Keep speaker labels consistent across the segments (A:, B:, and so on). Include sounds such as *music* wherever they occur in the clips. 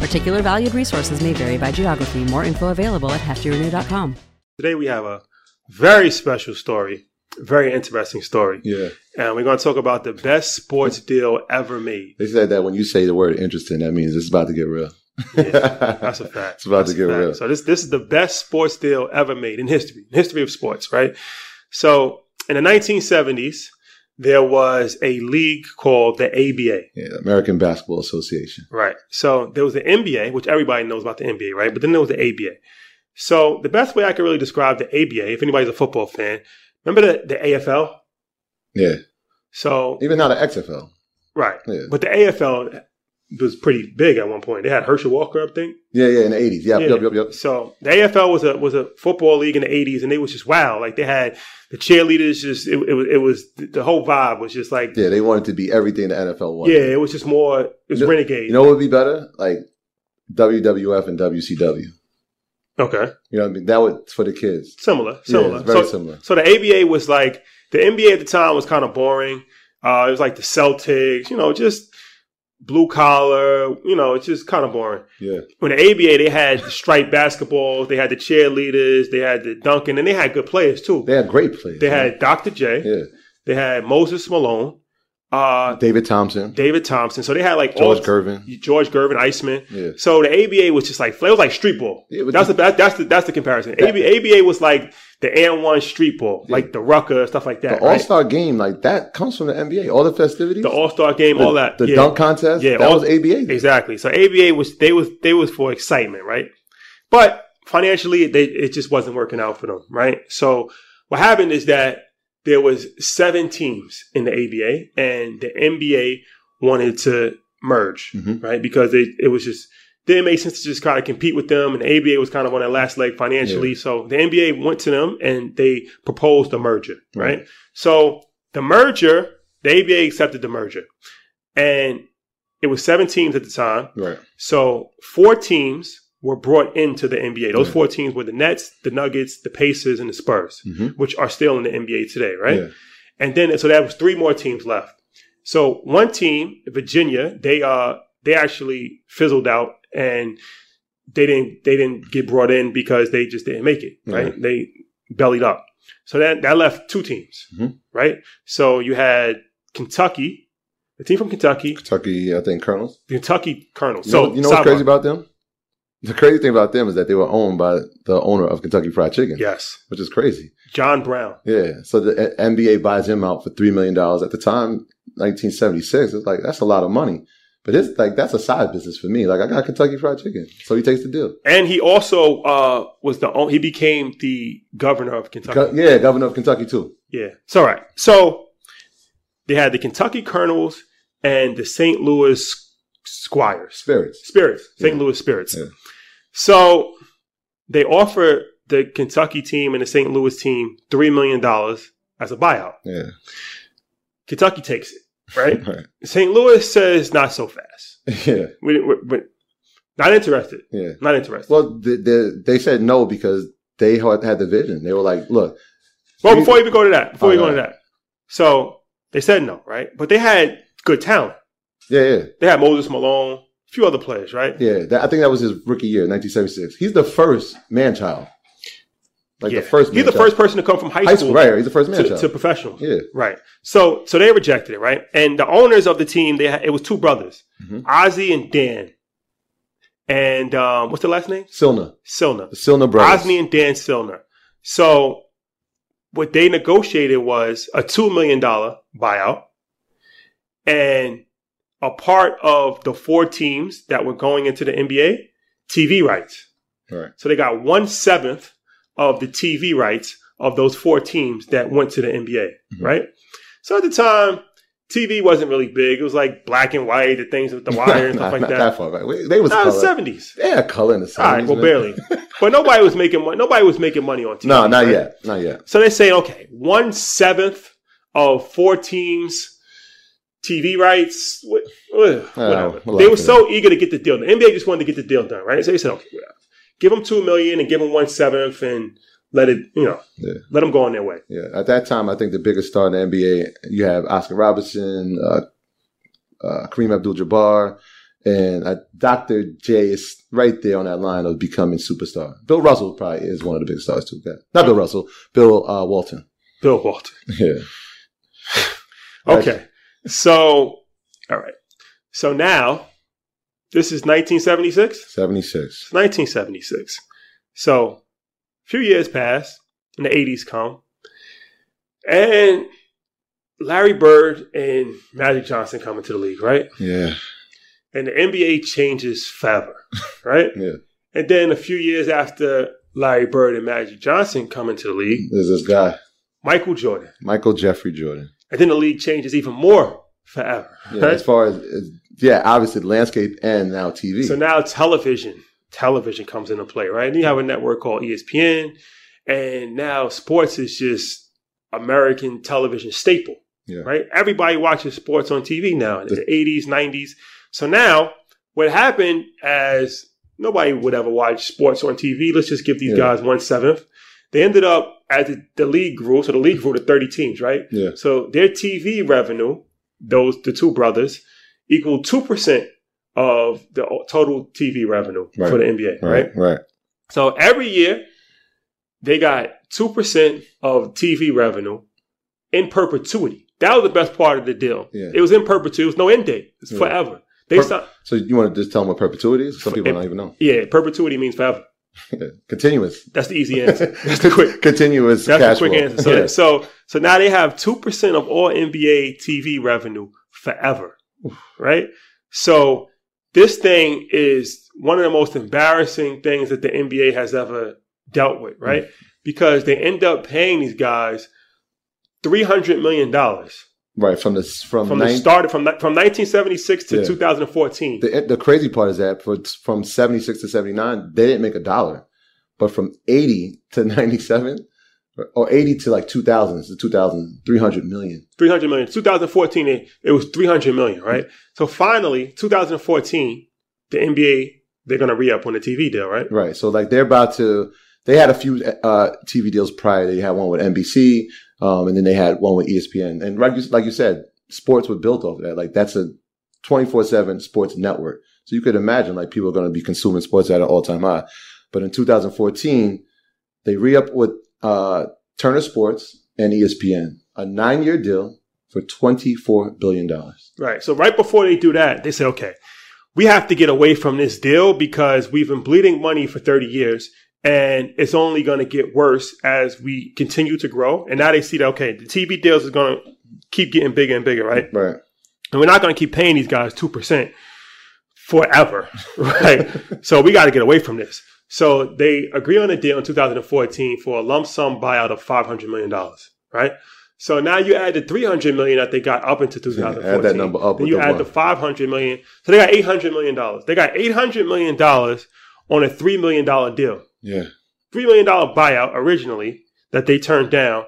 A: Particular valued resources may vary by geography. More info available at heftyrenew.com.
B: Today we have a very special story, very interesting story.
C: Yeah.
B: And we're going to talk about the best sports deal ever made.
C: They said that when you say the word interesting, that means it's about to get real.
B: Yeah, that's a fact.
C: It's about
B: That's
C: to get
B: a fact.
C: real.
B: So this this is the best sports deal ever made in history, in history of sports, right? So in the 1970s, there was a league called the ABA.
C: *laughs* Yeah, American Basketball Association.
B: Right. So there was the NBA, which everybody knows about the NBA, right? But then there was the ABA. So the best way I can really describe the ABA, if anybody's a football fan, remember the, the AFL?
C: Yeah.
B: So
C: Even now the XFL.
B: right.
C: Yeah.
B: But the AFL was pretty big at one point. They had Herschel Walker, I think.
C: Yeah, yeah, in the eighties. Yep,
B: Yeah.
C: yep, yep, yep.
B: So the AFL was a was a football league in the eighties, and they was just wow. Like they had the cheerleaders. Just it, it, was- it was the whole vibe was just like yeah.
C: Yeah, they wanted to be everything the NFL wanted.
B: it was just more. It was
C: You know-
B: renegade.
C: You know what would be better? Like WWF and WCW.
B: okay,
C: You know what I mean? That would for the kids.
B: similar,
C: Yeah,
B: similar.
C: it's very
B: so,
C: similar.
B: so the ABA was like the NBA at the time was kind of boring. Uh, it was like the Celtics, you know, just blue collar, you know, it's just kind of boring.
C: Yeah.
B: when the ABA they had the striped basketballs, they had the cheerleaders, they had the Duncan, and they had good players too.
C: They had great players.
B: They had Dr. J.
C: yeah.
B: They had Moses Malone, uh,
C: David Thompson,
B: David Thompson. So they had like
C: George
B: all,
C: Gervin.
B: George Gervin, Iceman.
C: Yeah.
B: So the ABA was just like it was like street ball.
C: Yeah, but
B: that's the
C: the-
B: that, that's the that's the comparison. ABA, ABA was like the and one street ball,
C: Yeah.
B: like the Rucker stuff like that.
C: The All Star game, like that comes from the NBA. All the festivities.
B: the All Star game,
C: the-
B: all that.
C: The
B: yeah.
C: dunk contest.
B: Yeah,
C: Yeah. That
B: all-
C: was ABA.
B: Exactly. So ABA was they was they was for excitement, right? But financially, they it just wasn't working out for them, right? So what happened is that there was seven teams in the ABA, and the NBA wanted to merge,
C: Mhm.
B: right? Because they, it was just didn't make sense to just kind of compete with them, and the ABA was kind of on their last leg financially. So the NBA went to them and they proposed a merger, right? So the merger, the ABA accepted the merger, and it was seven teams at the time.
C: Right.
B: So four teams were brought into the NBA. Those
C: Yeah.
B: four teams were the Nets, the Nuggets, the Pacers, and the Spurs,
C: Mhm.
B: which are still in the NBA today, right?
C: Yeah.
B: And then so that was three more teams left. So one team, Virginia, they uh they actually fizzled out and they didn't they didn't get brought in because they just didn't make it, right?
C: Right.
B: They bellied up. So that that left two teams,
C: Mhm.
B: right? So you had Kentucky, the team from Kentucky,
C: Kentucky, I think Colonels.
B: the Kentucky Colonels.
C: You
B: so
C: know, you know what's
B: sidebar.
C: crazy about them? The crazy thing about them is that they were owned by the owner of Kentucky Fried Chicken,
B: Yes.
C: which is crazy.
B: John Brown.
C: Yeah. So the eh, N- NBA buys him out for three million dollars at the time, 1976. It's like that's a lot of money, but it's like that's a side business for me. Like I got Kentucky Fried Chicken, so he takes the deal.
B: And he also uh, was the on- he became the governor of Kentucky.
C: Go- yeah, governor of Kentucky too.
B: Yeah. It's all right. So they had the Kentucky Colonels and the St. Louis Squires.
C: Spirits.
B: Spirits. St.
C: Yeah.
B: Louis Spirits.
C: Yeah.
B: So they offer the Kentucky team and the St. Louis team $3 million as a buyout.
C: Yeah. *laughs*
B: Kentucky takes it, right?
C: Right.
B: St. Louis says not so fast.
C: yeah.
B: We, we, we, not interested.
C: Yeah.
B: Not interested. Well,
C: Well, they, they, they said no because they had had the vision. They were like, look,
B: before you even go to that, before you go
C: All
B: to that, so they said no, right? But they had good talent.
C: yeah, yeah,
B: They had Moses Malone, a few other players, right?
C: yeah. That, I think that was his rookie year, 1976. He's the first man child. Like
B: Yeah.
C: the first
B: He's the
C: man-child.
B: first person to come from high,
C: High school, right? He's the first man
B: to,
C: child.
B: to professional.
C: yeah.
B: Right. So so they rejected it, right? And the owners of the team, they had, it was two brothers,
C: Mhm.
B: Ozzy and Dan. And um, what's the last name?
C: Silna.
B: Silna.
C: The Silna brothers. *laughs*
B: Osney and Dan Silner. So what they negotiated was a two million dollar buyout and a part of the four teams that were going into the NBA TV rights.
C: Right.
B: So they got one seventh of the TV rights of those four teams that went to the NBA,
C: Mhm.
B: right? So at the time, TV wasn't really big. It was like black and white, the things
C: *laughs*
B: with the wire and
C: Nah,
B: stuff like
C: not
B: that.
C: far back. Wait, They was
B: Nah, it was
C: color.
B: 70s.
C: They had color in the 70s.
B: All right, well,
C: man.
B: barely. but nobody was making money. Nobody was making money on TV.
C: No, not
B: right?
C: yet. Not yet.
B: So they say, okay, one seventh of four teams' TV rights. wh- ugh,
C: Oh,
B: Whatever.
C: we'll
B: they
C: like
B: were
C: that.
B: so eager to get the deal. The NBA just wanted to get the deal done, right? So they said, okay, whatever. give them two million and give them one seventh and let it, you know,
C: Yeah.
B: let them go on their way.
C: Yeah. At that time, I think the biggest star in the NBA, you have Oscar Robertson, uh, uh, Kareem Abdul Jabbar, and uh, Dr. J is right there on that line of becoming superstar. Bill Russell probably is one of the biggest stars, too. Yeah. Not Bill Russell, Bill uh, Walton.
B: Bill Walton.
C: Yeah.
B: Okay. So, all right. So now, this is 1976.
C: 76.
B: It's 1976. So, a few years pass, and the 80s come, and Larry Bird and Magic Johnson come into the league, right?
C: Yeah.
B: And the NBA changes forever, right?
C: Yeah.
B: And then a few years after Larry Bird and Magic Johnson come into the league,
C: There's this guy,
B: Michael Jordan.
C: Michael Jeffrey Jordan.
B: And then the league changes even more forever,
C: Yeah,
B: right?
C: as far as, as- yeah, obviously landscape and now TV.
B: So now television, television comes into play, right? And you have a network called E ESPN, and now sports is just American television staple,
C: Yeah.
B: right? Everybody watches sports on TV now in the
C: The-
B: eighties, nineties. So now what happened as nobody would ever watch sports on TV. Let's just give these
C: Yeah.
B: guys one seventh. They ended up as the, the league grew, so the league grew to thirty teams, right?
C: yeah.
B: So their TV revenue, those the two brothers, equal two percent of the o- total TV revenue
C: Right.
B: for the NBA. Right.
C: Right. Right.
B: So every year, they got two percent of TV revenue in perpetuity. That was the best part of the deal.
C: Yeah.
B: It was in perpetuity. It was no end date. It's
C: Yeah.
B: forever. They
C: Per-
B: stop.
C: So you want to just tell them what perpetuity is? Some people
B: It-
C: don't even know. *laughs*
B: Yeah, perpetuity means forever.
C: Continuous.
B: That's the
C: *laughs*
B: easy answer. That's the quick.
C: Continuous
B: That's
C: cash
B: the quick
C: flow.
B: answer. So,
C: Yeah.
B: so so now they have two percent of all NBA TV revenue forever, right? So this thing is one of the most embarrassing things that the NBA has ever dealt with,
C: Mm.
B: right? Because they end up paying these guys three hundred million dollars
C: Right from the from,
B: from the
C: nine,
B: start from ni- from nineteen seventy six to
C: Yeah.
B: two thousand fourteen.
C: the the crazy part is that for, from seventy six to seventy nine they didn't make a dollar, but from eighty to ninety seven or eighty to like two thousand to 2000, 300 million.
B: 300 million. 2014, it, it was 300 million, right? So finally, 2014, the NBA, they're going to re up on the TV deal, right?
C: Right. So like they're about to. They had a few uh, TV deals prior. They had one with NBC, um, and then they had one with ESPN. And like you, like you said, sports were built off of that. Like that's a twenty four seven sports network. So you could imagine like people are going to be consuming sports at an all time high. But in 2014, they re up with uh, Turner Sports and E ESPN a nine year deal for twenty four billion dollars.
B: Right. So right before they do that, they say, okay, we have to get away from this deal because we've been bleeding money for 30 years and it's only going to get worse as we continue to grow. And now they see that, okay, the TV deals is going to keep getting bigger and bigger, right?
C: Right.
B: And we're not going to keep paying these guys 2% forever, *laughs* right? so we got to get away from this. So they agree on a deal in 2014 for a lump sum buyout of $500 million, right? So now you add the 300 million that they got up into 2014.
C: *laughs* add that number up
B: Then
C: with
B: you
C: the
B: add
C: one.
B: the 500 million. So they got 800 million dollars. They got 800 million dollars on a 3 million dollar deal.
C: Yeah.
B: $3 million buyout originally that they turned down.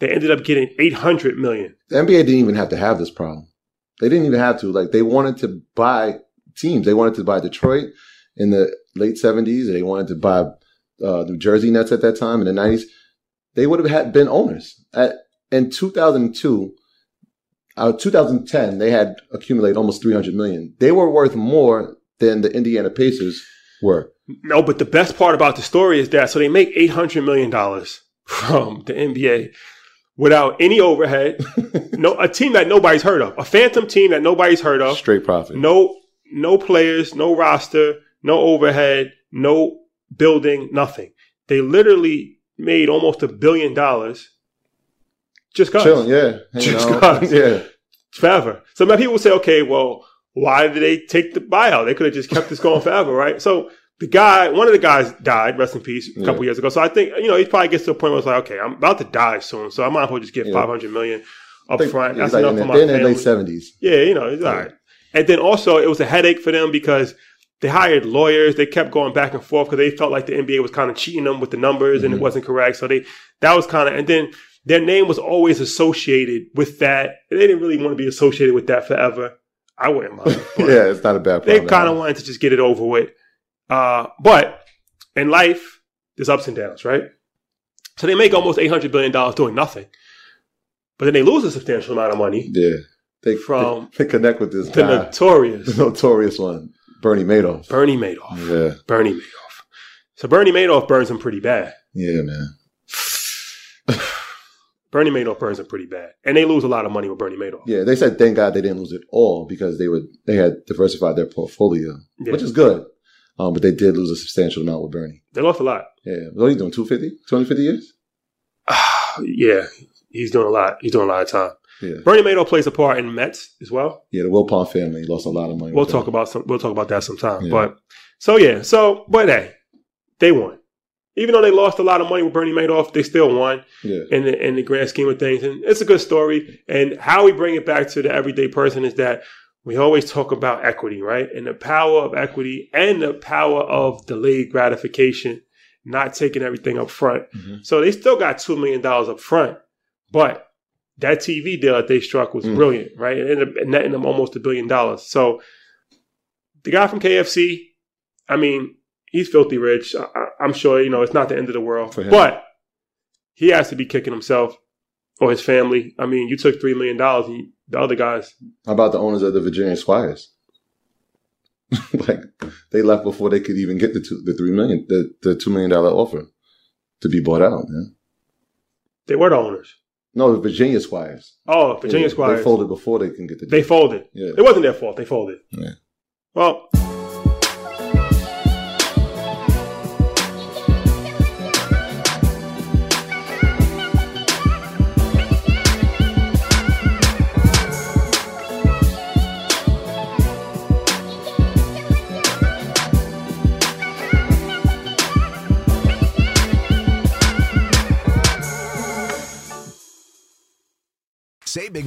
B: They ended up getting 800 million.
C: The NBA didn't even have to have this problem. They didn't even have to. Like they wanted to buy teams. They wanted to buy Detroit in the late seventies. They wanted to buy uh, New Jersey Nets at that time in the nineties. They would have had been owners. At, in two thousand two, uh, two thousand ten, they had accumulated almost three hundred million. They were worth more than the Indiana Pacers were.
B: No, but the best part about the story is that so they make eight hundred million dollars from the NBA without any
C: *laughs*
B: overhead. no, a team that nobody's heard of, a phantom team that nobody's heard of.
C: Straight profit.
B: No, no players, no roster, no overhead, no building, nothing. They literally made almost a billion dollars just cause
C: Chilling, yeah. Hanging
B: *laughs* Just
C: out.
B: guys.
C: Yeah.
B: forever. So now people say, okay, well, why did they take the buyout? They could have just kept this
C: *laughs*
B: going forever, right? So the guy, one of the guys died, rest in peace, a couple
C: Yeah.
B: years ago. So I think, you know, he probably gets to a point where it's like, okay, I'm about to die soon. So I might as well just get
C: Yeah.
B: 500 million up
C: I think
B: front.
C: it's
B: That's
C: like
B: enough
C: in
B: for
C: the,
B: my
C: they're in their
B: family.
C: late seventies.
B: Yeah, you know, it's all right. And then also, it was a headache for them because they hired lawyers. They kept going back and forth because they felt like the NBA was kind of cheating them with the numbers and it wasn't correct. So they that was kind of and then their name was always associated with that. They didn't really want to be associated with that forever. I wouldn't mind. but
C: Yeah, it's not a bad
B: they
C: problem.
B: kind of wanted to just get it over with. Uh, but in life, there's ups and downs, right? So they make almost eight hundred billion dollars doing nothing, but then they lose a substantial amount of money
C: Yeah. They,
B: From-
C: they, connect with this
B: to
C: guy,
B: Notorious.
C: the notorious one, Bernie Madoff.
B: Bernie Madoff.
C: Yeah,
B: Bernie Madoff. So Bernie Madoff burns him pretty bad.
C: yeah, man.
B: Bernie Madoff burns him pretty bad, and they lose a lot of money with Bernie Madoff.
C: Yeah, they said thank God they didn't lose it all because they would they had diversified their portfolio,
B: Yeah.
C: which is good. Um, but they did lose a substantial amount with Bernie.
B: They lost a lot.
C: Yeah, what are you doing? 250? 250 years?
B: Yeah, he's doing a lot. He's doing a lot of time.
C: Yeah,
B: Bernie Madoff plays a part in Mets as well.
C: yeah. The Wilpon family lost a lot of money.
B: We'll
C: with
B: talk
C: them.
B: about some. We'll talk about that sometime.
C: Yeah.
B: But so yeah, so but hey, they won. Even though they lost a lot of money with Bernie Madoff, they still won
C: Yeah,
B: in the in the grand scheme of things, and it's a good story. And how we bring it back to the everyday person is that we always talk about equity, right? And the power of equity and the power of delayed gratification, not taking everything up front.
C: Mhm.
B: So they still got two million dollars up front, but that TV deal that they struck was
C: Mm.
B: brilliant, right? It ended up netting them almost a billion dollars. So the guy from KFC, I mean, he's filthy rich. I, I, I'm sure you know it's not the end of the world,
C: For him.
B: but he has to be kicking himself or his family. I mean, you took three million dollars, and you- the other guys
C: How about the owners of the Virginia Squires? *laughs* like they left before they could even get the two, the three million, the the two million dollar offer to be bought out. Man.
B: they were the owners.
C: No, the Virginia Squires.
B: Oh, Virginia
C: Yeah,
B: Squires.
C: They folded before they can get the.
B: They folded.
C: Yeah.
B: It wasn't their fault. They folded.
C: Yeah.
B: Well,
D: Save big